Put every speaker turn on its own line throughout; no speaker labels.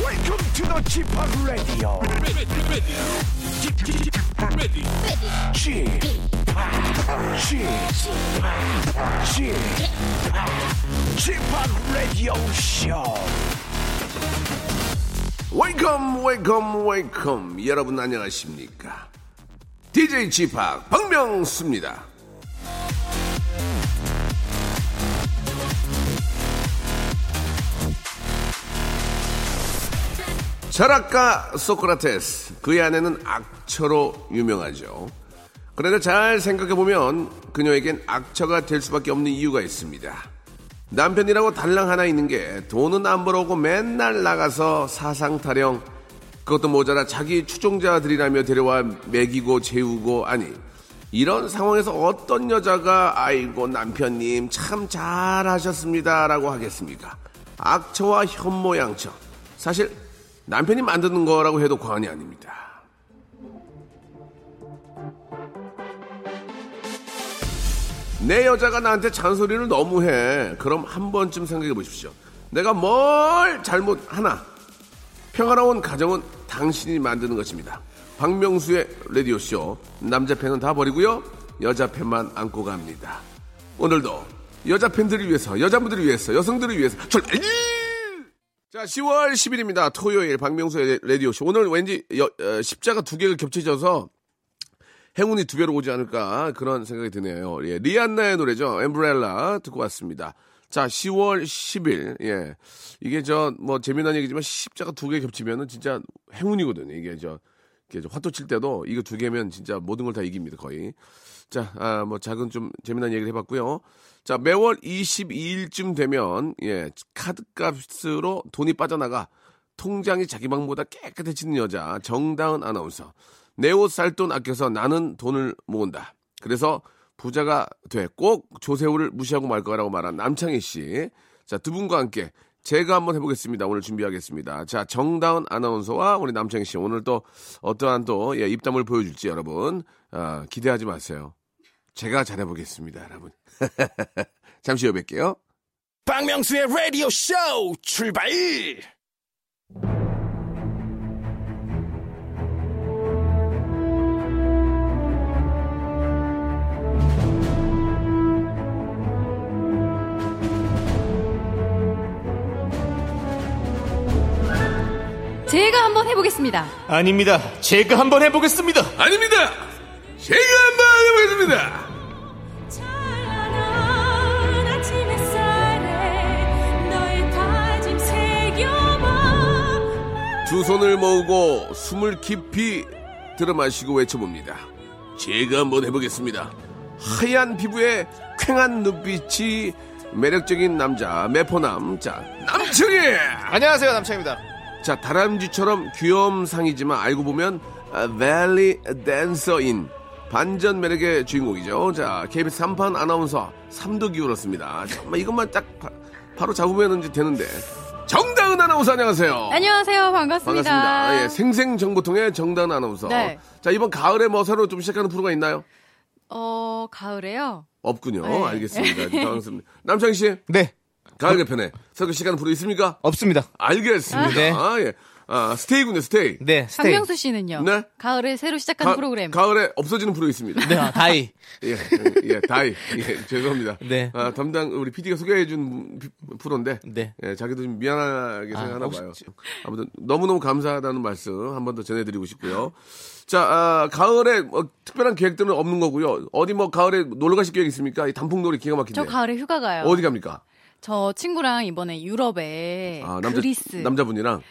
Welcome to the g p o p Radio.
ready, ready, ready, ready.
g p o p g p o p g p o p Radio Show.
웨이컴 웨이컴 웨이컴 여러분 안녕하십니까 DJ 지팍 박명수입니다 철학가 소크라테스 그의 아내는 악처로 유명하죠 그런데 잘 생각해보면 그녀에겐 악처가 될 수밖에 없는 이유가 있습니다 남편이라고 달랑 하나 있는 게 돈은 안 벌어오고 맨날 나가서 사상 타령 그것도 모자라 자기 추종자들이라며 데려와 먹이고 재우고 아니 이런 상황에서 어떤 여자가 아이고 남편님 참 잘하셨습니다라고 하겠습니까 악처와 현모양처 사실 남편이 만드는 거라고 해도 과언이 아닙니다 내 여자가 나한테 잔소리를 너무 해. 그럼 한 번쯤 생각해 보십시오. 내가 뭘 잘못하나. 평화로운 가정은 당신이 만드는 것입니다. 박명수의 라디오쇼. 남자 팬은 다 버리고요. 여자 팬만 안고 갑니다. 오늘도 여자 팬들을 위해서, 여자분들을 위해서, 여성들을 위해서 출발! 자, 10월 10일입니다. 토요일 박명수의 라디오쇼. 오늘 왠지 여- 어, 십자가 두 개가 겹쳐져서 행운이 두 배로 오지 않을까 그런 생각이 드네요. 예, 리안나의 노래죠. 엠브렐라 듣고 왔습니다. 자, 10월 10일. 예. 이게 저 뭐 재미난 얘기지만 십자가 두 개 겹치면은 진짜 행운이거든요. 이게 저 이게 저 화토 칠 때도 이거 두 개면 진짜 모든 걸 다 이깁니다. 거의. 자, 아, 뭐 작은 좀 재미난 얘기를 해봤고요. 자, 매월 22일쯤 되면 예, 카드값으로 돈이 빠져나가 통장이 자기 방보다 깨끗해지는 여자 정다은 아나운서. 내 옷 살 돈 아껴서 나는 돈을 모은다. 그래서 부자가 돼 꼭 조세호를 무시하고 말 거라고 말한 남창희 씨. 자, 두 분과 함께 제가 한번 해보겠습니다. 오늘 준비하겠습니다. 자, 정다은 아나운서와 우리 남창희 씨 오늘 또 어떠한 또 예, 입담을 보여줄지 여러분 아, 기대하지 마세요. 제가 잘해보겠습니다, 여러분. 잠시 후에 뵐게요.
박명수의 Radio Show 출발.
제가 한번 해보겠습니다.
아닙니다. 제가 한번 해보겠습니다.
아닙니다! 제가 한번 해보겠습니다!
찬란한 아침 햇살에 너의 다짐 새겨봐
두 손을 모으고 숨을 깊이 들어마시고 외쳐봅니다. 제가 한번 해보겠습니다. 하얀 피부에 쾌한 눈빛이 매력적인 남자 매포남 자 남청이
안녕하세요, 남창입니다.
자 다람쥐처럼 귀염상이지만 알고 보면 아, 밸리 댄서인 반전 매력의 주인공이죠. 자 KBS 3판 아나운서 삼도 기울었습니다. 정말 이것만 딱 바, 로 잡으면 이제 되는데 정다은 아나운서 안녕하세요.
안녕하세요. 반갑습니다.
반갑습니다. 예, 생생정보통의 정단 아나운서.
네.
자, 이번 가을에 뭐 새로 좀 시작하는 프로가 있나요?
어, 가을에요.
없군요.
네.
알겠습니다. 당황스럽니다. 남창희 씨,
네,
가을 개편에 새로 시작하는 프로 있습니까?
없습니다.
알겠습니다.
네.
아, 예. 아, 스테이군요, 스테이.
네, 스테이.
박명수 씨는요?
네?
가을에 새로 시작하는 프로그램.
가을에 없어지는 프로 있습니다.
네, 아, 다이.
예, 예, 다이. 예, 죄송합니다.
네.
아, 담당 우리 PD가 소개해준 피- 프로인데.
네. 아,
예, 자기도 좀 미안하게 생각하나
혹시- 그-
봐요. 아무튼 너무너무 감사하다는 말씀 한 번 더 전해드리고 싶고요. 자, 아, 가을에 뭐 특별한 계획들은 없는 거고요. 어디 뭐 가을에 놀러 가실 계획 있습니까? 이 단풍놀이 기가 막힌데.
저 가을에 휴가 가요.
네. 어디 갑니까?
저 친구랑 이번에 유럽에
아, 남자,
네, 그리스.
남자분이랑.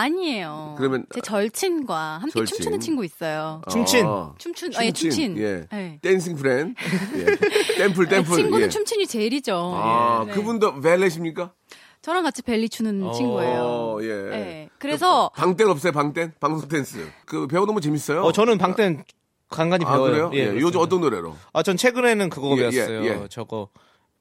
아니에요.
그러면-
제 절친과 함께
절친.
춤추는 친구 있어요.
춤친.
아,
춤춘, 아예 춤친.
예.
네.
댄싱 프렌. 예. 댐플,
아니,
댐플.
친구는
예.
춤춘이 제일이죠.
아,
네.
그분도 벨렛입니까?
저랑 같이 벨리 추는 친구예요.
어, 예.
네. 그래서
방댄 없어요, 방댄? 방송 댄스. 그 배워놓으면 재밌어요.
어, 저는 방땐 간간히
아, 그래요?
배워요.
예, 요즘
그렇습니다.
어떤 노래로?
아, 전 최근에는 그거
예, 예,
배웠어요.
예.
저거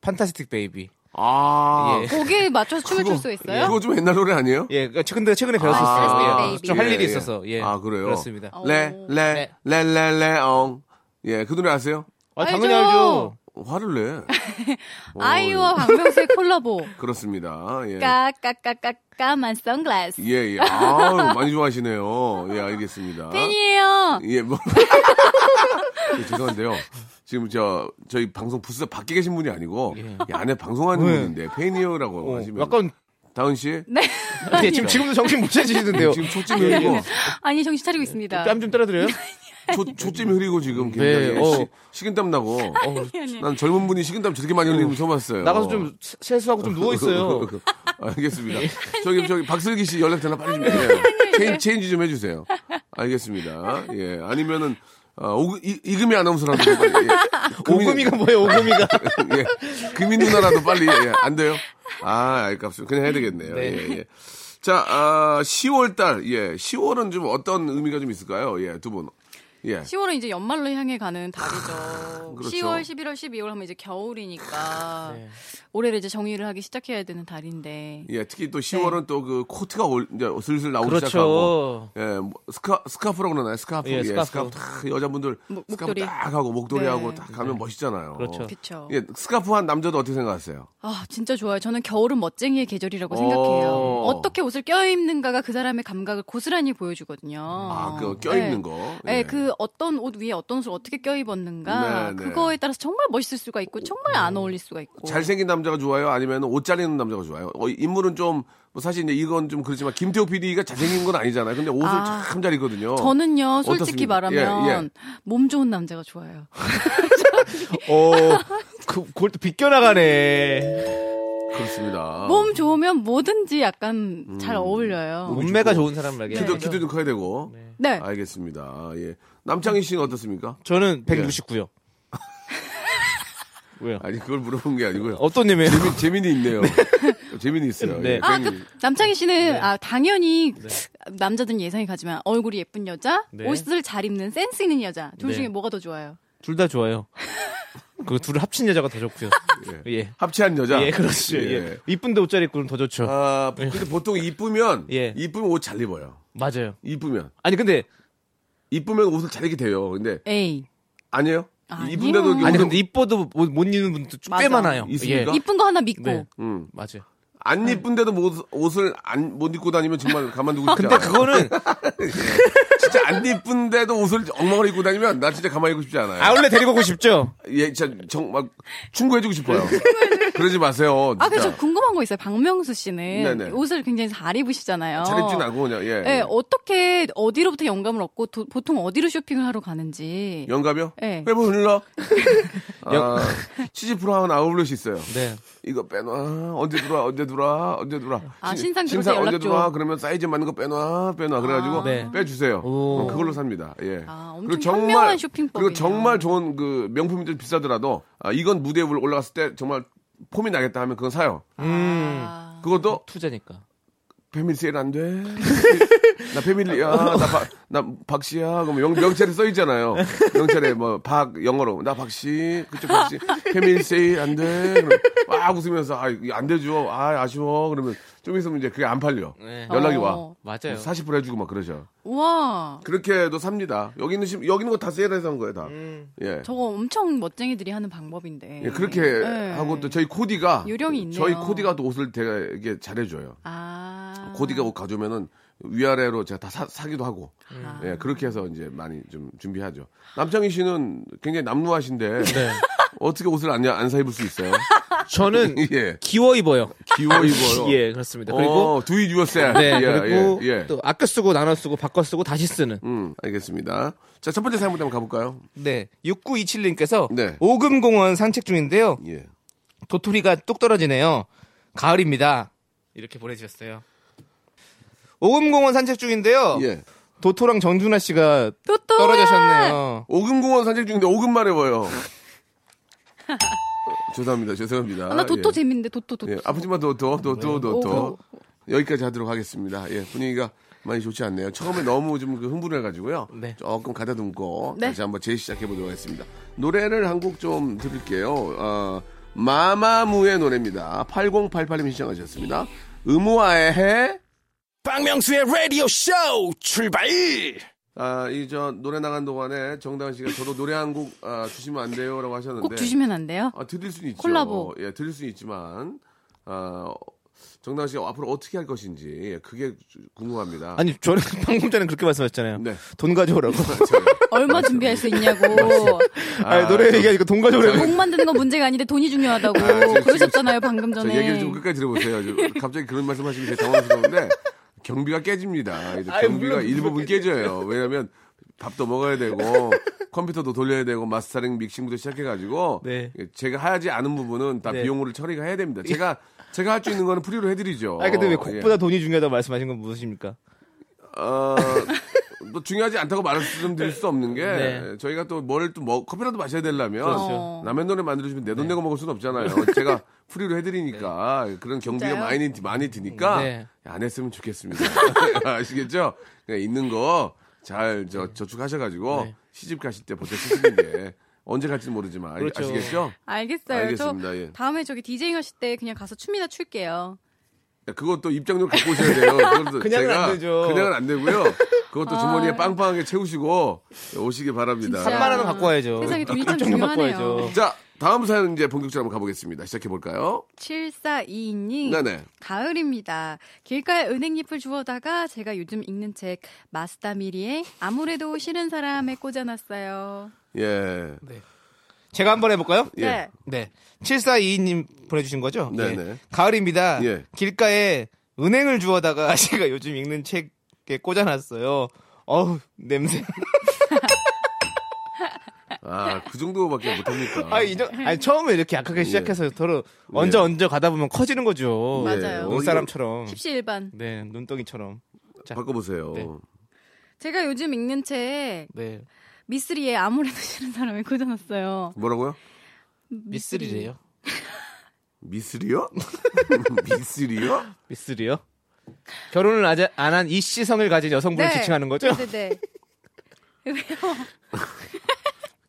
판타스틱 베이비.
아.
예.
거기에 맞춰서 춤을 출 수 있어요?
그거 좀 옛날 노래 아니에요?
예, 그 근데 최근에
아,
배웠었어요. 예,
Fantastic
좀할
Baby.
일이
예, 예.
있어서. 예.
아, 그래요?
그렇습니다.
어.
레, 레,
네.
레, 레, 레, 엉. 예, 그 노래 아세요?
아, 당연히
알죠.
알죠.
화를 내. 뭐.
아이유와 박명수의 콜라보.
그렇습니다. 예.
그러니까. 까까까까까만 선글라스.
예, 예. 아 많이 좋아하시네요. 예, 알겠습니다.
팬이에요.
예, 뭐. 예, 죄송한데요. 지금 저, 저희 방송 부스 밖에 계신 분이 아니고, 이 안에 방송하는
네.
분인데, 페니어라고
예. 어,
하시면.
약간
다은 씨?
네.
예, 지금 지금도 정신 못 차리시는데요.
지금 초점이 어. 흐리고,
아니 정신 차리고
그
있습니다.
뺨 좀 때려드려요.
초, 초점이 흐리고 지금 굉장히
네, 어.
시- 식은땀 나고.
아니.
난 젊은 분이 식은땀 저렇게 많이 흘리는 거 처음 봤어요.
나가서 좀 세- 세수하고 좀 누워 있어요.
그
네.
알겠습니다. 저기 저기 박슬기 씨 연락 전화 빨리 좀
네,
해요. 체인, 체인지 좀 해주세요. 알겠습니다. 예, 아니면은 어, 오그, 이, 이금희 아나운서라도 빨리, 예.
오금이가 뭐예요? 오금이가
예, 금희 누나라도 빨리 예, 안 돼요? 아, 알값습니다. 그냥 해야 되겠네요.
네.
예, 예. 자, 아, 10월 달, 예, 10월은 좀 어떤 의미가 좀 있을까요? 예, 두 분. 예,
10월은 이제 연말로 향해 가는 달이죠.
그렇죠. 네.
10월, 11월, 12월 하면 이제 겨울이니까 올해를 이제 정리를 하기 시작해야 되는 달인데
예, 특히
네.
또 10월은 또 그 코트가 올, 이제 슬슬 나오기
그렇죠.
시작하고, 예, 뭐 스카 스카프라고 그러나요? 스카프,
예,
예, 스카프,
스카프.
탁 여자분들
목-
스카프
목도리.
딱 하고 목도리
네.
하고 딱 하면 멋있잖아요.
그렇죠.
그쵸.
예, 스카프 한 남자도 어떻게 생각하세요?
아 진짜 좋아요. 저는 겨울은 멋쟁이의 계절이라고
어.
생각해요. 어떻게 옷을 껴입는가가 그 사람의 감각을 고스란히 보여주거든요.
아, 그 껴입는
네.
거.
네,
예.
그 어떤 옷 위에 어떤 옷을 어떻게 껴입었는가
네, 네.
그거에 따라서 정말 멋있을 수가 있고 정말 안 어울릴 수가 있고
잘생긴 남자가 좋아요? 아니면 옷 잘 입는 남자가 좋아요? 어, 인물은 좀, 뭐 사실 이제 이건 좀 그렇지만, 김태호 PD가 잘생긴 건 아니잖아요. 근데 옷을
아.
참 잘 입거든요.
저는요 솔직히
어떻습니까?
말하면
예, 예.
몸 좋은 남자가 좋아요.
어, 그, 그걸 또 비껴나가네.
그렇습니다.
몸 좋으면 뭐든지 약간
음.
잘 어울려요.
몸매가 좋은 사람 말이야.
키도, 키도 좀 커야 되고.
네.
아, 알겠습니다. 예. 남창희 씨는 어떻습니까?
저는
네.
169요. 왜요?
아니, 그걸 물어본 게 아니고요. 그
어떤 님이에요?
재미, 재민이 있네요. 재민이 있어요.
네.
예,
아,
굉장히- 네.
그 남창희 씨는 아 당연히 남자들은 예상이 가지만 얼굴이 예쁜 여자,
네.
옷을 잘 입는 센스 있는 여자 둘
네.
중에 뭐가 더 좋아요?
둘 다 좋아요. 그 둘을 합친 여자가 더 좋고요. 예.
합치한 네. 여자.
예, 그렇죠. 예. 이쁜데 옷 잘 입고는 더 좋죠.
아, 근데 보통 이쁘면,
예.
이쁘면 옷 잘 입어요.
맞아요.
이쁘면.
아니 근데
이쁘면 옷을 잘 입게 돼요. 근데,
에이
아니에요?
아니요.
이쁜데도 이렇게
아니
옷을-
근데 이뻐도 못, 못 입는 분도 좀꽤
맞아.
많아요.
있습니까?
이쁜 거 하나 믿고
네.
음.
맞아요.
안 이쁜데도 못- 옷을 안, 못 입고 다니면 정말 가만두고 싶지
근데
않아.
그거는
진짜 안 이쁜데도 옷을 엉망으로 입고 다니면 나 진짜 가만히 있고 싶지 않아요.
아울렛 데리고 오고 싶죠.
예, 진짜 정말 충고해주고 싶어요. 그러지 마세요.
아,
진짜.
그래서 궁금한 거 있어요. 박명수 씨는
네. 네네.
옷을 굉장히 잘 입으시잖아요.
잘 입진 않고 그냥 예.
네, 어떻게 어디로부터 영감을 얻고 도- 보통 어디로 쇼핑을 하러 가는지.
영감이요?
예.
빼면 흘러. 아, 시집 프로하면 아울렛이 있어요.
네.
이거 빼놔. 언제 들어와? 언제 들어와? 언제 들어와?
아,
시-
신상 들어올 때
신상 언제
연락 줘.
들어와? 그러면 사이즈 맞는 거 빼놔. 빼놔. 그래가지고
아.
네.
빼주세요.
오.
어, 그걸로 삽니다. 예.
아, 엄청 현명한 쇼핑법이네요.
그리고 정말 좋은 그 명품이 좀 비싸더라도 아, 이건 무대에 올- 올라갔을 때 정말 폼이 나겠다 하면 그건 사요.
아,
그것도
투자니까.
패밀리 세일 안 돼. 나 패밀리야. 나, 박, 나 박씨야. 그럼 명, 명찰에 써 있잖아요. 명찰에 뭐 박 영어로 나 박씨 그쪽 박씨 패밀리 세일 안 돼. 그럼 막 웃으면서 아 이게 안 되죠. 아 아쉬워. 그러면 좀 있으면 이제 그게 안 팔려.
네.
연락이
어.
맞아요.
와. 40% 해주고 막 그러죠.
우와.
그렇게 해도 삽니다. 여기 있는 심- 여기 있는 거 다 세일해서 한 거예요 다. 예.
음. 저거 엄청 멋쟁이들이 하는 방법인데.
예, 그렇게
네.
하고 또 저희 코디가
요령이 있네요.
저희 코디가 또 옷을 되게 잘해줘요.
아.
코디가 옷 가져오면은 위아래로 제가 다 사, 기도 하고
아.
예 그렇게 해서 이제 많이 좀 준비하죠. 남창희 씨는 굉장히 남루하신데 어떻게 옷을 안 사 입을 수 있어요?
네. 저는
예
기워 입어요.
기워 입어요.
예, 그렇습니다. 그리고
어, do it yourself.
네,
예,
그리고
예, 예.
또 아껴 쓰고 나눠 쓰고 바꿔 쓰고 다시 쓰는.
음 알겠습니다. 자 첫 번째 사연부터 한번 가볼까요?
네. 6927님께서
네.
오금공원 산책 중인데요.
예.
도토리가 뚝 떨어지네요. 가을입니다. 이렇게 보내주셨어요. 오금공원 산책 중인데요.
예.
도토랑 정준하 씨가
또또.
떨어지셨네요.
오금공원 산책 중인데 오금만 해봐요. 죄송합니다. 죄송합니다.
아, 나 도토
예.
재밌는데 도토 도토.
예, 아프지만 더더더더더
오,
여기까지 하도록 하겠습니다. 예, 분위기가 많이 좋지 않네요. 처음에 너무 좀 그 흥분해가지고요.
네.
조금 가다듬고
네.
다시 한번 재시작해 보도록 하겠습니다. 노래를 한 곡 좀 들을게요. 어, 마마무의 노래입니다. 8088님 신청하셨습니다. 의무화의 해.
박명수의 라디오 쇼 출발!
아, 이 저 노래 나간 동안에 정다은 씨가 저도 노래 한 곡 아, 주시면 안 돼요라고 하셨는데
꼭 주시면 안 돼요?
아, 드릴 수는 있죠.
콜라보.
예, 드릴 수는 있지만 아, 정다은 씨 앞으로 어떻게 할 것인지 예, 그게 궁금합니다.
아니 뭐, 저는 방금 전에 그렇게 말씀하셨잖아요.
네.
돈 가져오라고.
얼마 준비할 수 있냐고.
아니, 노래 얘기하니까 돈 가져오라고.
곡 만드는 건 문제가 아닌데 돈이 중요하다고
아, 지금,
뭐, 그러셨잖아요 방금
저
전에.
얘기를 좀 끝까지 들어보세요. 지금 갑자기 그런 말씀하시면 되게 당황스러운데 경비가 깨집니다. 이제 경비가 일부분 깨져요. 왜냐하면 밥도 먹어야 되고 컴퓨터도 돌려야 되고 마스터링 믹싱부터 시작해가지고
네.
제가 하지 않은 부분은 다
네.
비용으로 처리가 해야 됩니다. 제가 제가 할 수 있는 거는 프리로 해드리죠.
아니 근데 왜
예.
곡보다 돈이 중요하다고 말씀하신 건 무엇입니까?
어, 또 중요하지 않다고 말씀드릴 수 없는 게
네.
저희가 또 뭘 또 커피라도 마셔야 되려면
어.
그렇죠. 네.
남의 돈에 만들어주면 내 돈 내고 먹을 수는 없잖아요. 제가 프리로 해드리니까 그런 경비가
진짜요?
많이 많이 드니까
네.
안 했으면 좋겠습니다. 아시겠죠? 그냥 있는 거 잘 저, 저축하셔가지고
네.
시집 가실 때 보태 쓰시는 게 언제 갈지 모르지만 아-
그렇죠.
아시겠죠?
알겠어요.
알겠습니다,
저
예.
다음에 저기 디제잉 하실 때 그냥 가서 춤이나 출게요.
그것도 입장료 갖고 오셔야 돼요. 그것도
그냥은
제가
안 되죠.
그냥은 안 되고요. 그것도 주머니에 빵빵하게 채우시고 오시기 바랍니다.
아. 진짜.
3만 원은 그 갖고 와야죠.
세상에 돈이 참
깜짝 놀라고
중요하네요.
와야죠.
자, 다음 사연 이제 본격적으로 한번 가보겠습니다. 시작해볼까요?
7422님.
네네.
가을입니다. 길가에 은행잎을 주워다가 제가 요즘 읽는 책 마스다미리의 아무래도 싫은 사람에 꽂아놨어요.
예.
제가 한번 해볼까요?
예.
네.
네. 7422님 보내주신 거죠?
네,
예.
네.
가을입니다.
예.
길가에 은행을 주워다가 제가 요즘 읽는 책에 꽂아놨어요. 어우, 냄새.
아, 그 정도밖에 못합니까?
아, 이 정- 아니, 처음에 이렇게 약하게 시작해서 서로
예.
얹어 얹어 가다 보면 커지는 거죠.
맞아요. 예.
어, 이거
눈사람처럼.
십시일반.
네, 눈덩이처럼. 자.
바꿔보세요.
네.
제가 요즘 읽는 책
네.
미쓰리의 아무래도 싫은 사람에 꽂아놨어요.
뭐라고요?
미쓰리래요.
미스리요? 미스리요?
미쓰리요? 결혼을 안 한 이씨성을 가진 여성분을 지칭하는 거죠?
네. 네네.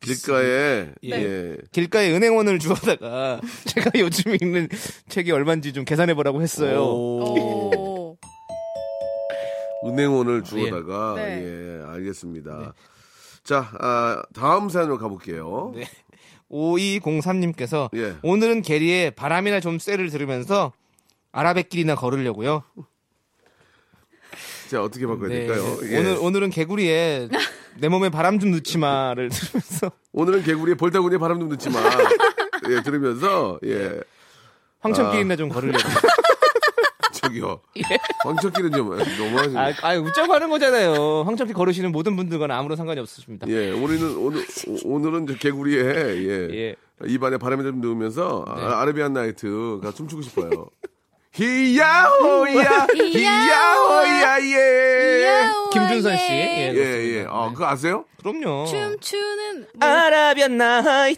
길가에,
예.
예.
길가에 은행원을 주워다가 제가 요즘 읽는 책이 얼마인지 좀 계산해 보라고 네. 했어요.
오.
오.
은행원을
네.
주워다가,
예.
예, 알겠습니다. 자, 아, 다음 사연으로 가볼게요.
네. 5203님께서
예.
오늘은 게리의 바람이나 좀 쐬를 들으면서 아라뱃길이나 걸으려고요.
자, 어떻게 바꿔야 될까요? 예.
네. 오늘 오늘은 개구리의 내 몸에 바람 좀 넣지 마를 들으면서
오늘은 개구리의 볼따구니에 바람 좀 넣지만, 예, 들으면서, 예,
황천길이나 좀 걸으려고.
아. 저기요. 황천길은 좀 너무하신
예. 아, 아 웃자고 하는 거잖아요. 황천길 걸으시는 모든 분들과는 아무런 상관이 없으십니다.
예, 우리는 오늘 오- 오늘은 저 개구리의 예,
예. 네.
입안에 바람이 좀 넣으면서 아, 아비안 나이트가 춤추고 싶어요. 히야호야, 히야호야 예,
야오,
김준선 씨.
예.
예,
예 예. 아 그거 아세요?
그럼요.
춤추는 네.
아라비안 나이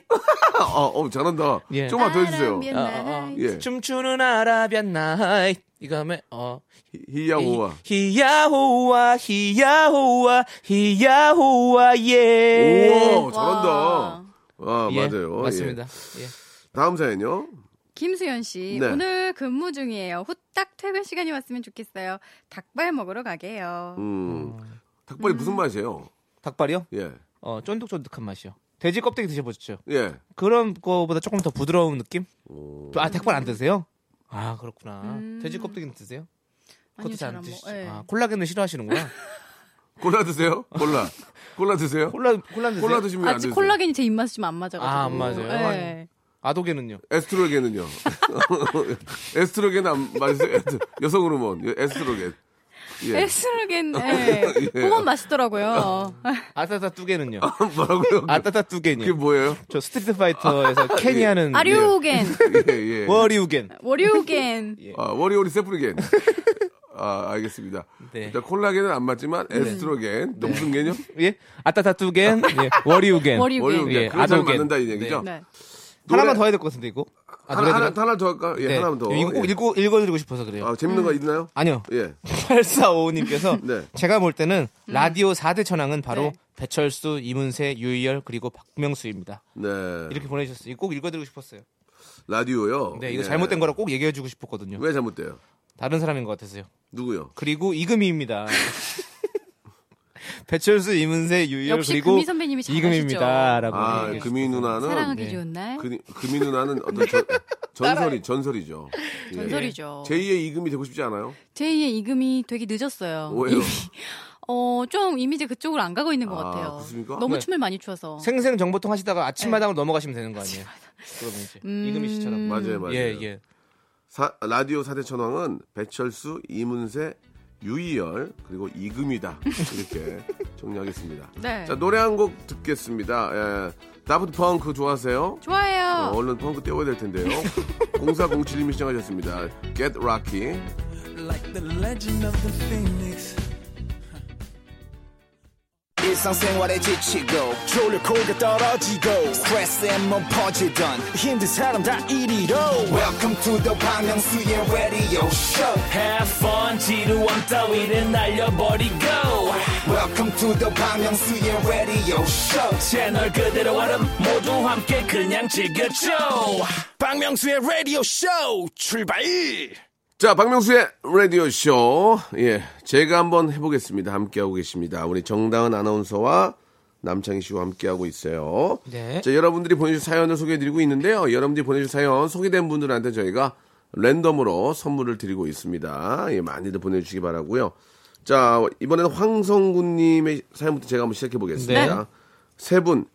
아, 어, 어, 잘한다.
예.
좀만 더 해주세요.
바람이
아, 아,
나이.
예,
춤추는 아라비안 나이 이거 하면 어
히- 히야호와.
히야호와 히야호와 히야호와 예.
오, 잘한다.
와.
아
예,
맞아요. 예.
맞습니다. 예.
다음 사연요.
김수현 씨,
네.
오늘 근무 중이에요. 후딱 퇴근 시간이 왔으면 좋겠어요. 닭발 먹으러 가게요.
음,
어.
닭발이 무슨 맛이에요?
닭발이요?
예,
어 쫀득쫀득한 맛이요. 돼지 껍데기 드셔보셨죠?
예.
그런 거보다 조금 더 부드러운 느낌?
음.
아 닭발 안 드세요? 아 그렇구나.
음.
돼지 껍데기는 드세요? 그것도
아니요,
잘 안
잘안
드시죠?
먹- 예.
아, 콜라겐을 싫어하시는구나.
콜라 드세요? 콜라, 콜라 드세요?
콜라 콜라 드세요?
콜라 드시면 안
아직
드세요?
콜라겐이 제 입맛에 좀 안 맞아가지고.
아, 안 맞아요?
예.
아도게는요?
에스트로겐은요? 에스트로겐 안 맞으세요? 에스- 여성 호르몬, 에스트로겐. 예.
에스트로겐, 예. 그건 맛있더라고요.
음,
아따따 뚜게는요?
뭐라고요?
아따따 뚜게는.
그게 뭐예요?
저 스트리트 파이터에서 캐니 하는
아류겐,
예, 예.
워리우겐.
월요겐.
아, 워리오리 세프리겐. 아, 알겠습니다.
네.
일단 콜라겐은 안 맞지만 에스트로겐, 또 무슨 개념?
네.
예? 아따따 뚜겐, 예. 워리우겐.
월요겐.
워리오리.
예,
그걸 잘
아도겐.
맞는다 이 얘기죠?
네.
하나만
노래-
더 해야 될 것 같은데 이거. 아,
하나, 하나,
노래들은?
하나 더 할까? 예,
네.
하나만 더.
이거 꼭
예.
읽고 읽어드리고 싶어서 그래요.
아, 재밌는
음.
거 있나요?
아니요.
예.
8455님께서
네.
제가 볼 때는 라디오 4대 천왕은 바로
음. 네.
배철수, 이문세, 유희열 그리고 박명수입니다.
네.
이렇게 보내주셨어요. 이거 꼭 읽어드리고 싶었어요.
라디오요.
네, 이거
예.
잘못된 거라 꼭 얘기해주고 싶었거든요.
왜 잘못돼요?
다른 사람인 것 같아서요.
누구요?
그리고 이금희입니다. 배철수, 이문세, 유열
역시
그리고
금희 선배님이 잘하시죠.
이금입니다라고.
아, 금이 누나는
사랑하기 좋은 날.
그, 금이 누나는 어떤 전, 전설이 네. 전설이죠. 예.
전설이죠.
제2의 이금이 되고 싶지 않아요?
제2의 이금이 되게 늦었어요.
왜요?
어, 좀 이미지 그쪽으로 안 가고 있는 것
아,
같아요.
그렇습니까?
너무
네.
춤을 많이 추어서. 네.
생생 정보통 하시다가 아침마당으로 넘어가시면 되는 거 아니에요? 그러면 이제
음.
이금희 씨처럼.
맞아요, 맞아요.
예, 예.
사- 라디오 사대 천왕은 배철수, 이문세, 유이열 그리고 이금이다 이렇게 정리하겠습니다.
네.
자 노래 한 곡 듣겠습니다. 예, 다프트 펑크 좋아하세요? 어,
좋아요.
얼른 펑크 떼워야 될 텐데요. 0407님이 시청하셨습니다. Get Rocky.
like the legend of the phoenix.
일상생활에 지치고,
졸려 코가 떨어지고
스트레스에 몸 퍼지던,
힘든 사람 다 이리로.
welcome to the Bang Myung-soo's radio show
Have fun 지루함 따위를 날려버리고
welcome to the Bang Myung-soo's radio show
채널 그대로 얼음 모두 함께 그냥 즐겨줘. 박명수의 라디오 쇼 출발.
자, 박명수의 라디오 쇼. 예, 제가 한번 해보겠습니다. 함께하고 계십니다. 우리 정다은 아나운서와 남창희 씨와 함께하고 있어요.
네.
자, 여러분들이 보내주신 사연을 소개해드리고 있는데요. 여러분들이 보내주신 사연 소개된 분들한테 저희가 랜덤으로 선물을 드리고 있습니다. 예, 많이들 보내주시기 바라고요. 자, 이번에는 황성군님의 사연부터 제가 한번 시작해 보겠습니다.
네.
세 분.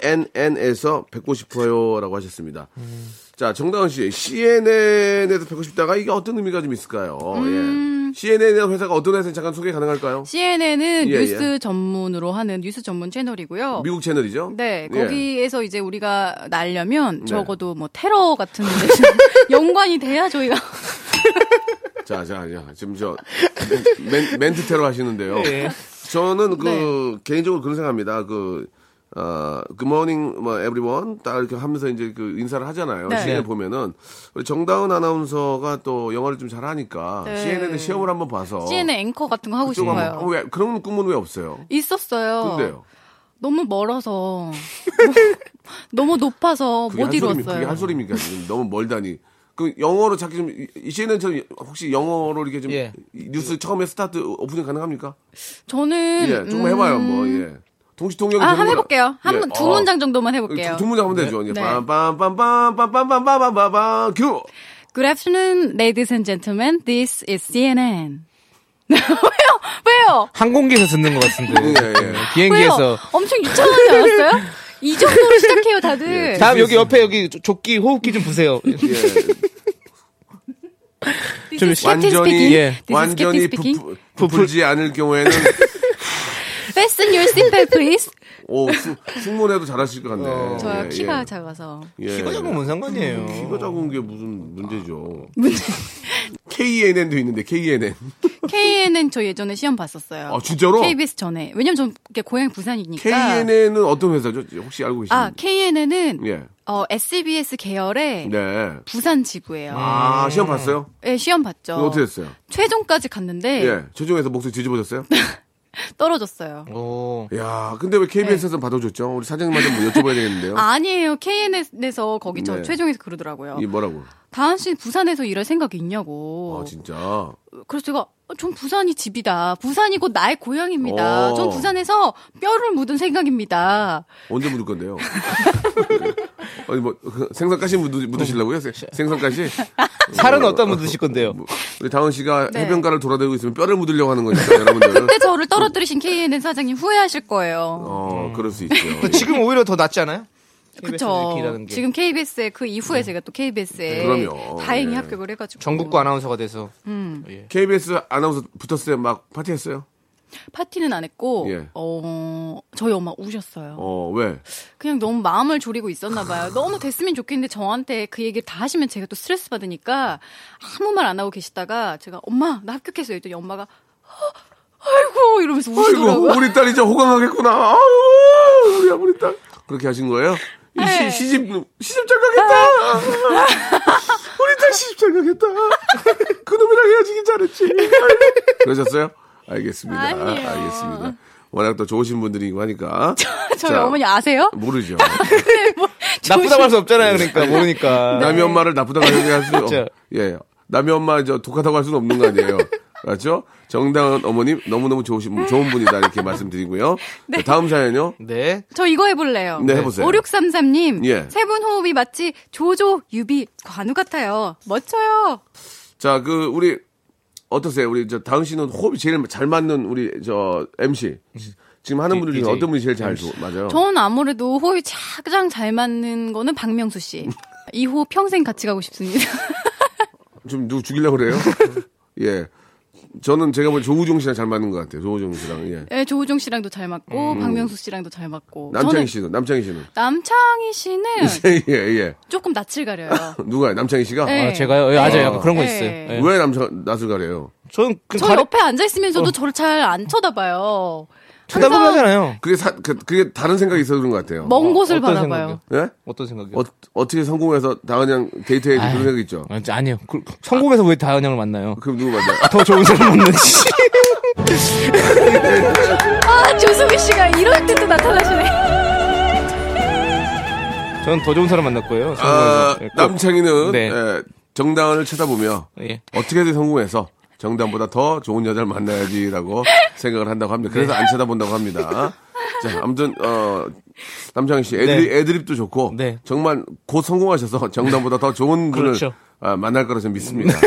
CNN에서 뵙고 싶어요라고 하셨습니다. 자, 정다은 씨, CNN에서 뵙고 싶다가 이게 어떤 의미가 좀 있을까요?
음.
예. CNN 회사가 어떤 회사인지 잠깐 소개 가능할까요?
CNN은
예,
뉴스 전문으로 하는 뉴스 전문 채널이고요.
미국 채널이죠?
네,
예. 네.
거기에서 이제 우리가 날려면 적어도 뭐 테러 같은 데 좀 연관이 돼야 저희가
자, 자, 자, 지금 저 멘, 멘트 테러 하시는데요.
네.
예.
저는 그 개인적으로 그런 생각합니다. 그 어, 굿모닝 뭐 에브리원 딱 이렇게 하면서 이제 그 인사를 하잖아요.
네.
CNN 보면은 우리 정다은 아나운서가 또 영어를 좀 잘하니까
네.
CNN 시험을 한번 봐서
CNN 앵커 같은 거 하고
어. 그쪽 한번-
싶어요.
어, 왜, 그런 꿈은 왜 없어요?
있었어요.
근데요.
너무 멀어서 너무 높아서
그게
못
한 소리,
이뤘어요.
그게 한 소리입니까? 지금 너무 멀다니. 그 영어로 자기 좀 CNN처럼 혹시 영어로 이렇게 좀
예.
뉴스 처음에 스타트 오프닝 가능합니까?
저는
예, 조금
음,
해봐요, 뭐, 예. 동시통역이
아,
되는
한번
거라-
해볼게요.
예.
한번두
어.
문장 정도만 해볼게요.
두, 두 문장 하면 되죠. 이제
네.
빰빰빰빰빰빰빰빰빰빰 큐.
Good afternoon, ladies and gentlemen. This is CNN. 왜요? 왜요?
항공기에서 듣는 것 같은데. 네,
예, 예.
비행기에서.
왜요? 엄청 유창하지 않았어요? 이 정도로 시작해요, 다들.
네, 다음 여기 옆에 여기 조- 조끼 호흡기 좀 보세요.
예.
This
좀
is
완전히
Captain speaking.
예.
This is
완전히
Captain speaking.
부풀- 부풀지 않을 경우에는
Fasten your seatbelt, please.
오 승- 승무원해도 잘하실 것 같네.
저
예,
어, 키가
예.
작아서.
예. 음,
이거 잡으면 뭔 상관이에요.
키가 작은 게 무슨 문제죠? KNN도 있는데 KNN.
KN은 저 예전에 시험 봤었어요.
아 진짜로?
KBS 전에. 왜냐면 전 이게 고향이 부산이니까.
KNN은 어떤 회사죠? 혹시 알고 계신지?
아, KN은
예.
어, SBS 계열의
네.
부산 지부예요.
아 시험 봤어요?
예, 시험 봤죠.
그거 어떻게 됐어요?
최종까지 갔는데
예. 최종에서 목소리 뒤집어졌어요?
떨어졌어요.
오.
야, 근데 왜 KBS에서 받아줬죠? 우리 사장님한테 뭐 여쭤봐야 되겠는데요.
네. 아니에요. KN에서 거기 저
네.
최종에서 그러더라고요.
이게 뭐라고?
다은 씨는 부산에서 일할 생각이 있냐고.
아, 진짜.
그래서 제가 어, 전 부산이 집이다. 부산이 곧 나의 고향입니다.
어.
전 부산에서 뼈를 묻은 생각입니다.
언제 묻을 건데요? 아니 뭐 그, 생선까지 묻으, 묻으시려고요? 세- 생선까지?
살은 어디다 묻으실 건데요?
뭐, 우리 다은 씨가
네.
해변가를 돌아다니고 있으면 뼈를 묻으려고 하는 거니까 여러분들.
그때 저를 떨어뜨리신 KNN 사장님 후회하실 거예요.
어, 그럴 수 있죠.
네.
지금 오히려 더 낫지 않아요? KBS
그쵸.
에서 일하는 게.
지금 KBS에 그 이후에 제가 또 KBS에
음. 그럼요.
다행히
예.
합격을 해가지고
전국구 아나운서가 돼서.
음.
예.
KBS 아나운서 붙었을 때 막 파티했어요?
파티는 안 했고
예.
어 저희 엄마 우셨어요.
어, 왜?
그냥 너무 마음을 졸이고 있었나 봐요. 너무 됐으면 좋겠는데 저한테 그 얘기를 다 하시면 제가 또 스트레스 받으니까 아무 말 안 하고 계시다가 제가 엄마 나 합격했어요. 했더니 엄마가 "어, 아이고 이러면서
아이고,
우시더라고요.
뭐 우리 딸 이제 호강하겠구나. 아유, 우리 아버리 딸. 그렇게 하신 거예요? 이
네.
시, 집 시집 잘 가겠다. 우리 딸 시집 잘 가겠다. 그놈이랑 헤어지긴 잘했지. 아이고. 그러셨어요? 알겠습니다.
아니에요.
알겠습니다. 워낙 또 좋으신 분들이고 하니까.
저희
자,
어머니 아세요? 뭐,
모르죠.
나쁘다고 할 수 없잖아요, 그러니까. 모르니까.
네.
남의 엄마를 나쁘다고 생각할 수 없.
그렇죠.
예. 남의 엄마 저 독하다고 할 수는 없는 거 아니에요. 그렇죠? 정당한 어머님 너무너무 좋으신 분, 좋은 분이다 이렇게 말씀드리고요. 자, 다음 사연요.
네.
저 이거 해볼래요.
네, 해보세요.
5633님.
예.
세 분 호흡이 마치 조조, 유비, 관우 같아요. 멋져요.
자, 그 우리 어떠세요? 우리 저 다은 씨는 호흡이 제일 잘 맞는 우리 저 MC 지금 하는 분들 중에
DJ.
어떤 분이 제일 잘 조- 맞아요?
저는 아무래도 호흡이 가장 잘 맞는 거는 박명수 씨. 이 호흡 평생 같이 가고 싶습니다.
좀 누구 죽이려고 그래요? 예. 저는 제가 뭐 조우종 씨랑 잘 맞는 것 같아요. 조우종 씨랑 예.
네, 조우종 씨랑도 잘 맞고,
음.
박명수 씨랑도 잘 맞고.
남창희
저는 네.
씨는 남창희 씨는
남창희 씨는
네.
예, 예, 예.
조금 낯을 가려요.
누가요? 남창희 씨가
네.
아, 제가요? 예, 맞아요. 약간 그런 거
예.
있어요. 예.
왜 남창 낯을 가려요?
저는 그
저
가리- 어.
옆에 앉아있으면서도 저를 잘 안 쳐다봐요.
쳐다보면
항상
하잖아요.
그게 사, 그, 그게 다른 생각이 있어서 그런 것 같아요.
먼
어,
곳을
어떤
바라봐요.
생각이요?
예?
어떤 생각이요?
어, 어떻게 성공해서 다 그냥 데이트해 그런
아유.
생각 있죠?
네.
아, 아니요. 그, 성공해서 왜 다은 형을 만나요? 아,
그럼 누구 만나요?
더 좋은 사람 만나지.
아, 조승희 씨가 이럴 때도 나타나시네.
저는 더 좋은 사람 만날 거예요.
아,
성공해서. 예, 꼭.
남창희는
네.
예, 정당을 쳐다보며
예.
어떻게든 성공해서 정당보다 더 좋은 여자를 만나야지라고 생각을 한다고 합니다.
네.
그래서 안 쳐다본다고 합니다. 자, 아무튼 어 남창희 씨 애드립,
네.
애드립도 좋고
네.
정말 곧 성공하셔서 정당보다 더 좋은 분을
그렇죠. 네.
아, 만날 거라 저는 믿습니다.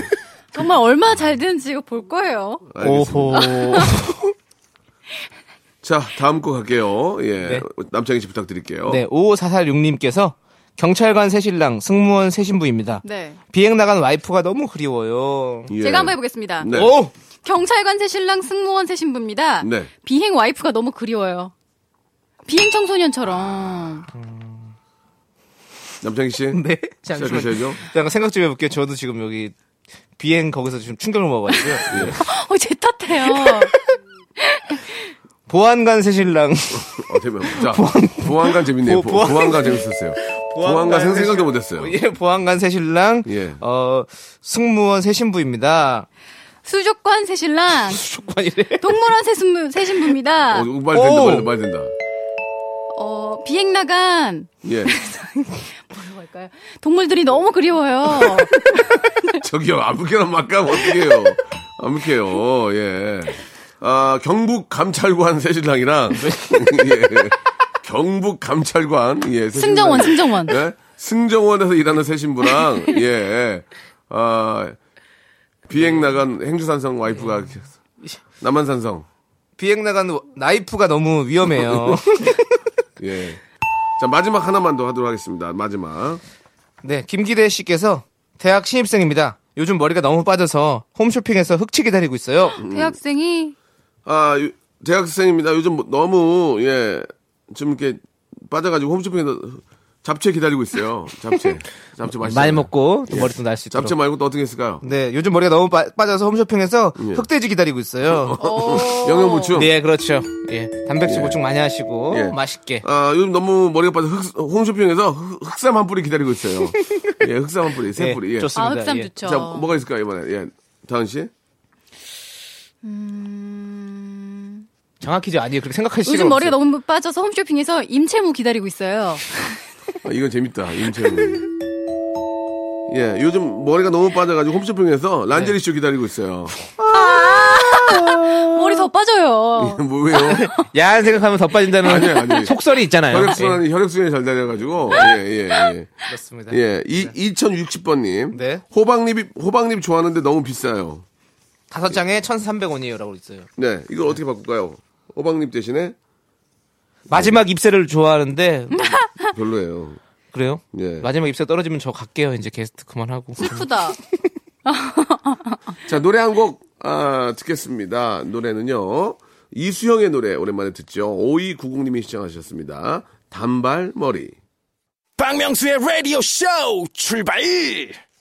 정말 얼마나 잘 되는지 이거 볼 거예요.
알겠습니다.
오호.
자, 다음 거 갈게요. 예.
네.
남창희 씨 부탁드릴게요.
네, 55446님께서 경찰관 새신랑 승무원 새신부입니다.
네.
비행 나간 와이프가 너무 그리워요.
예.
제가 한번 해보겠습니다.
네.
오!
경찰관 새 신랑 승무원 새 신부입니다.
네.
비행 와이프가 너무 그리워요. 비행
아.
청소년처럼.
남창희 씨.
네.
시작하셔야죠.
잠깐 생각 좀 해볼게요. 저도 지금 여기 비행 거기서 지금 충격을 먹어가지고요.
어, 제 탓해요.
보안관 새신랑.
어, 대박. 자, 보안관 재밌네요.
보-
보,
보안관.
안관 재밌었어요. 보안관 생 생각도 못했어요.
예, 보안관 새신랑.
예.
어, 승무원 새신부입니다.
수족관 새 신랑.
조건이래.
동물원 새 신부, 새 신부입니다.
어, 말 된다,
오!
말, 말 된다.
어, 비행 나간
예.
뭐라고 할까요? 동물들이 너무 그리워요.
저기요, 아무개나 막가면 어떡해요. 아무개요, 예. 아, 경북 감찰관 새신랑이랑, 예. 경북 감찰관, 예. 새신랑.
승정원, 승정원.
예? 승정원에서 일하는 새신부랑, 예. 아, 비행 나간 행주산성 와이프가, 남한산성,
비행 나간 나이프가 너무 위험해요.
예. 자, 마지막 하나만 더 하도록 하겠습니다. 마지막.
네, 김기대 씨께서 대학 신입생입니다. 요즘 머리가 너무 빠져서 홈쇼핑에서 흑치 기다리고 있어요.
대학생이
아, 유- 대학생입니다. 요즘 뭐 너무, 예, 좀 이렇게 빠져가지고 홈쇼핑에서 잡채 기다리고 있어요. 잡채. 잡채 맛있어요.
많이 먹고 또 머리도 날 수 있도록.
잡채 말고 또 어떻게 있을까요?
예. 네, 요즘 머리가 너무 빠, 빠져서 홈쇼핑에서
예.
흑돼지 기다리고 있어요.
영양보충.
네, 그렇죠. 예, 단백질 보충 많이 하시고
예.
맛있게.
아, 요즘 너무 머리가 빠져 흑, 홈쇼핑에서 흑, 흑삼 한 뿌리 기다리고 있어요. 예, 흑삼 한 뿌리, 세
예,
뿌리. 예.
좋습니다.
아, 흑삼
예.
좋죠.
자, 뭐가 있을까요, 이번에? 예. 다은 씨?
음.
정확히죠. 아니, 그렇게 생각할 시간
요즘 머리가 너무 빠져서 홈쇼핑에서 임채무 기다리고 있어요.
아, 이건 재밌다. 임채훈. 예, 요즘 머리가 너무 빠져가지고 홈쇼핑에서 란제리
네.
쇼 기다리고 있어요.
머리 더
어.
빠져요.
이게 뭐예요?
야한 생각하면 더 빠진다는
아니에요, 아니에요.
속설이 있잖아요.
혈액순환이, 혈액순환이 잘 달려가지고, 예, 예, 예.
예, 그렇습니다.
예, 이, 2060번님.
네.
호박잎이, 호박잎 좋아하는데 너무 비싸요.
다섯 장에 1,300원이에요라고 있어요.
네, 이걸 어떻게 바꿀까요? 호박잎 대신에
마지막 입새를 좋아하는데
별로예요.
그래요?
예.
마지막 입새 떨어지면 저 갈게요. 이제 게스트 그만하고.
슬프다.
자, 노래 한 곡, 아, 듣겠습니다. 노래는요. 이수영의 노래 오랜만에 듣죠. 5290님이 시청하셨습니다. 단발머리.
박명수의 라디오 쇼 출발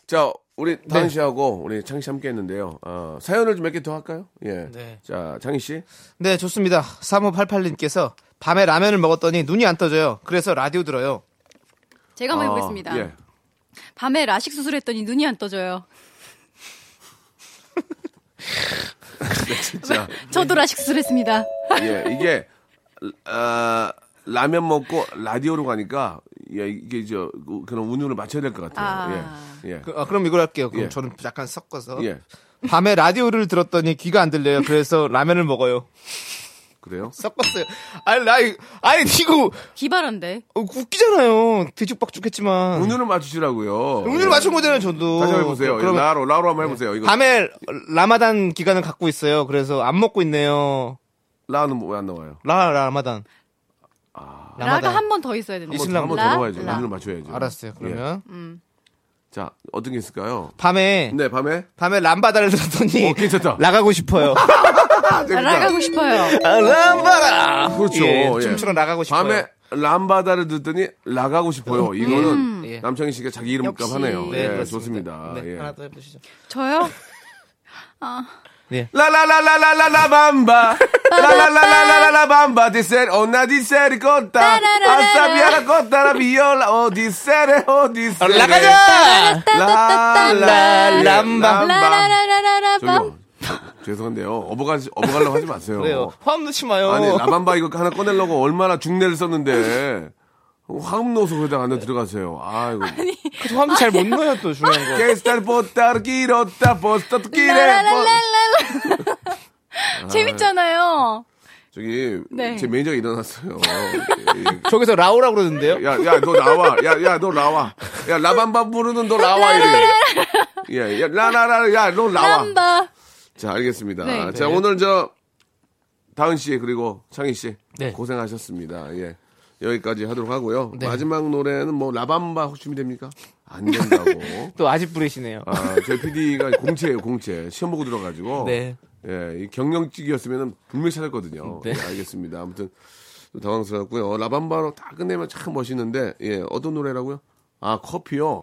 자, 우리
네.
다은 씨하고 우리 창희 씨 함께 했는데요. 아, 사연을 좀 몇 개 더 할까요? 예.
네.
자, 창희 씨.
네, 좋습니다. 3588님께서 밤에 라면을 먹었더니 눈이 안 떠져요. 그래서 라디오 들어요.
제가 한번 해보겠습니다.
예.
밤에 라식 수술했더니 눈이 안 떠져요.
네, 진짜.
저도 라식 수술했습니다.
예, 이게 아, 라면 먹고 라디오로 가니까 예, 이게 저 그런 운운을 맞춰야 될 것 같아요.
아.
예. 예.
그, 럼 이걸 할게요. 그럼
예.
저는 약간 섞어서
예.
밤에 라디오를 들었더니 귀가 안 들려요. 그래서 라면을 먹어요.
그래요?
섞었어요. 아니, 나, 이- 아니, 이거
기발한데.
어, 웃기잖아요. 뒤죽박죽했지만.
운율을 맞추시라고요. 예.
운율 맞춘 거잖아요, 저도.
다시 한번 해보세요.
어, 그러면
예, 라로, 라로 한번 해보세요. 이거.
밤에 라마단 기간을 갖고 있어요. 그래서 안 먹고 있네요.
라는 왜 안 나와요?
라 라마단.
아.
라가 한 번 더 있어야 된다.
이슬람.
한번
라,
들어봐야죠.
라.
운율을 맞춰야죠.
알았어요.
예.
그러면 음.
자, 어떤 게 있을까요?
밤에
네, 밤에?
밤에 람바다를 들었더니
어, 괜찮다.
나가고 싶어요.
아,
네,
재밌다.
라가고 싶어요.
아, 람바다.
그렇죠.
예,
예.
춤추러 나가고 싶어요.
밤에 람바다를 듣더니 라가고 싶어요. 이거는
예.
남창희 씨가 자기 이름값
역시.
하네요.
네,
예,
그렇습니다.
좋습니다.
네,
예.
하나 더 해보시죠.
저요?
라라라라라라라 밤바 라라라라라라 밤바 디셀 오나 디셀이 걷다 아싸 비아라 걷다라 비올라 오디셀에
네, Oh,
오디셀에
올라가자.
라라
람바.
라라라라라 밤.
저기요 저- 죄송한데요 어버가 어버가려고 하지 마세요
그래요. 어. 화음 넣지 마요.
아니 라밤바 이거 하나 꺼내려고 얼마나 중내를 썼는데 화음 넣어서 거기다 안에 들어가세요 아이고
그 화음도 잘 못 넣어요 또 중요한 거.
게스탈 보따르 길었다 보스터 길에 보-
라라라라라.
아.
재밌잖아요.
저기
네.
제 매니저가 일어났어요 예,
저기서 라오라 그러는데요.
야, 야, 너 나와. 야, 야, 너 나와. 야, 라밤바 부르는 너 나와. 이래. 예, 야, 라라라, 야, 너 나와.
람바.
자, 알겠습니다.
네.
자, 오늘 저, 다은 씨, 그리고 창희 씨.
네.
고생하셨습니다. 예. 여기까지 하도록 하고요.
네.
마지막 노래는 뭐, 라밤바 혹시 준비됩니까? 안 된다고.
또 아직 부르시네요.
아, 저희 PD가 공채예요, 공채. 시험 보고 들어가지고.
네.
예, 이 경영직이었으면 분명히 찾았거든요.
네.
예, 알겠습니다. 아무튼 좀 당황스럽고요. 라밤바로 다 끝내면 참 멋있는데, 예, 어떤 노래라고요? 아, 커피요?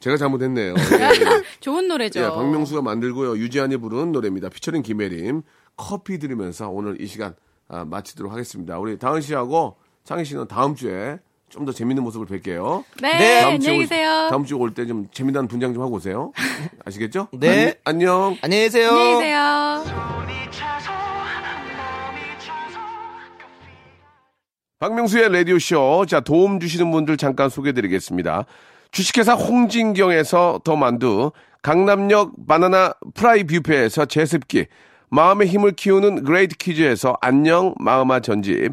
제가 잘못했네요.
그렇죠.
예,
좋은
예.
노래죠.
예, 박명수가 만들고요. 유지한이 부른 노래입니다. 피처링 김혜림. 커피 들으면서 오늘 이 시간 아, 마치도록 하겠습니다. 우리 다은 씨하고 창희 씨는 다음 주에 좀 더 재밌는 모습을 뵐게요.
네,
네,
다음 주에
안녕히
올-
계세요.
다음 주에 올 때 좀 재미난 분장 좀 하고 오세요. 아시겠죠?
네.
안- 안녕.
안녕히 계세요.
안녕히 계세요.
박명수의 라디오쇼. 자, 도움 주시는 분들 잠깐 소개해드리겠습니다. 주식회사 홍진경에서 더 만두, 강남역 바나나 프라이 뷔페에서 제습기, 마음의 힘을 키우는 그레이트 키즈에서 안녕 마음아 전집,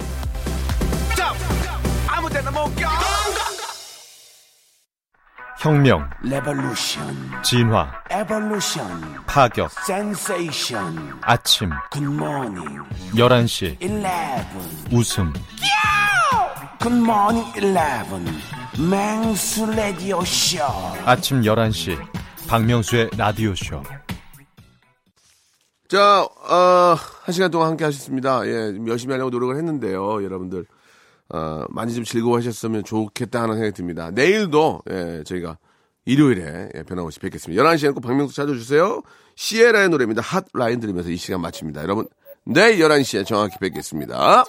혁명,
Revolution,
진화,
evolution,
파격,
sensation,
아침,
good morning,
11시,
eleven,
웃음,
good morning, eleven, Mangsu Radio Show.
아침 11시, 박명수의 라디오쇼.
자, 어, 한 시간 동안 함께 하셨습니다. 예, 좀 열심히 하려고 노력을 했는데요, 여러분들. 어, 많이 좀 즐거워하셨으면 좋겠다 하는 생각이 듭니다. 내일도, 예, 저희가 일요일에, 예, 변함없이 뵙겠습니다. 11시에는 꼭 박명수 찾아주세요. 시에라의 노래입니다. 핫라인 들으면서 이 시간 마칩니다. 여러분, 내일 11시에 정확히 뵙겠습니다.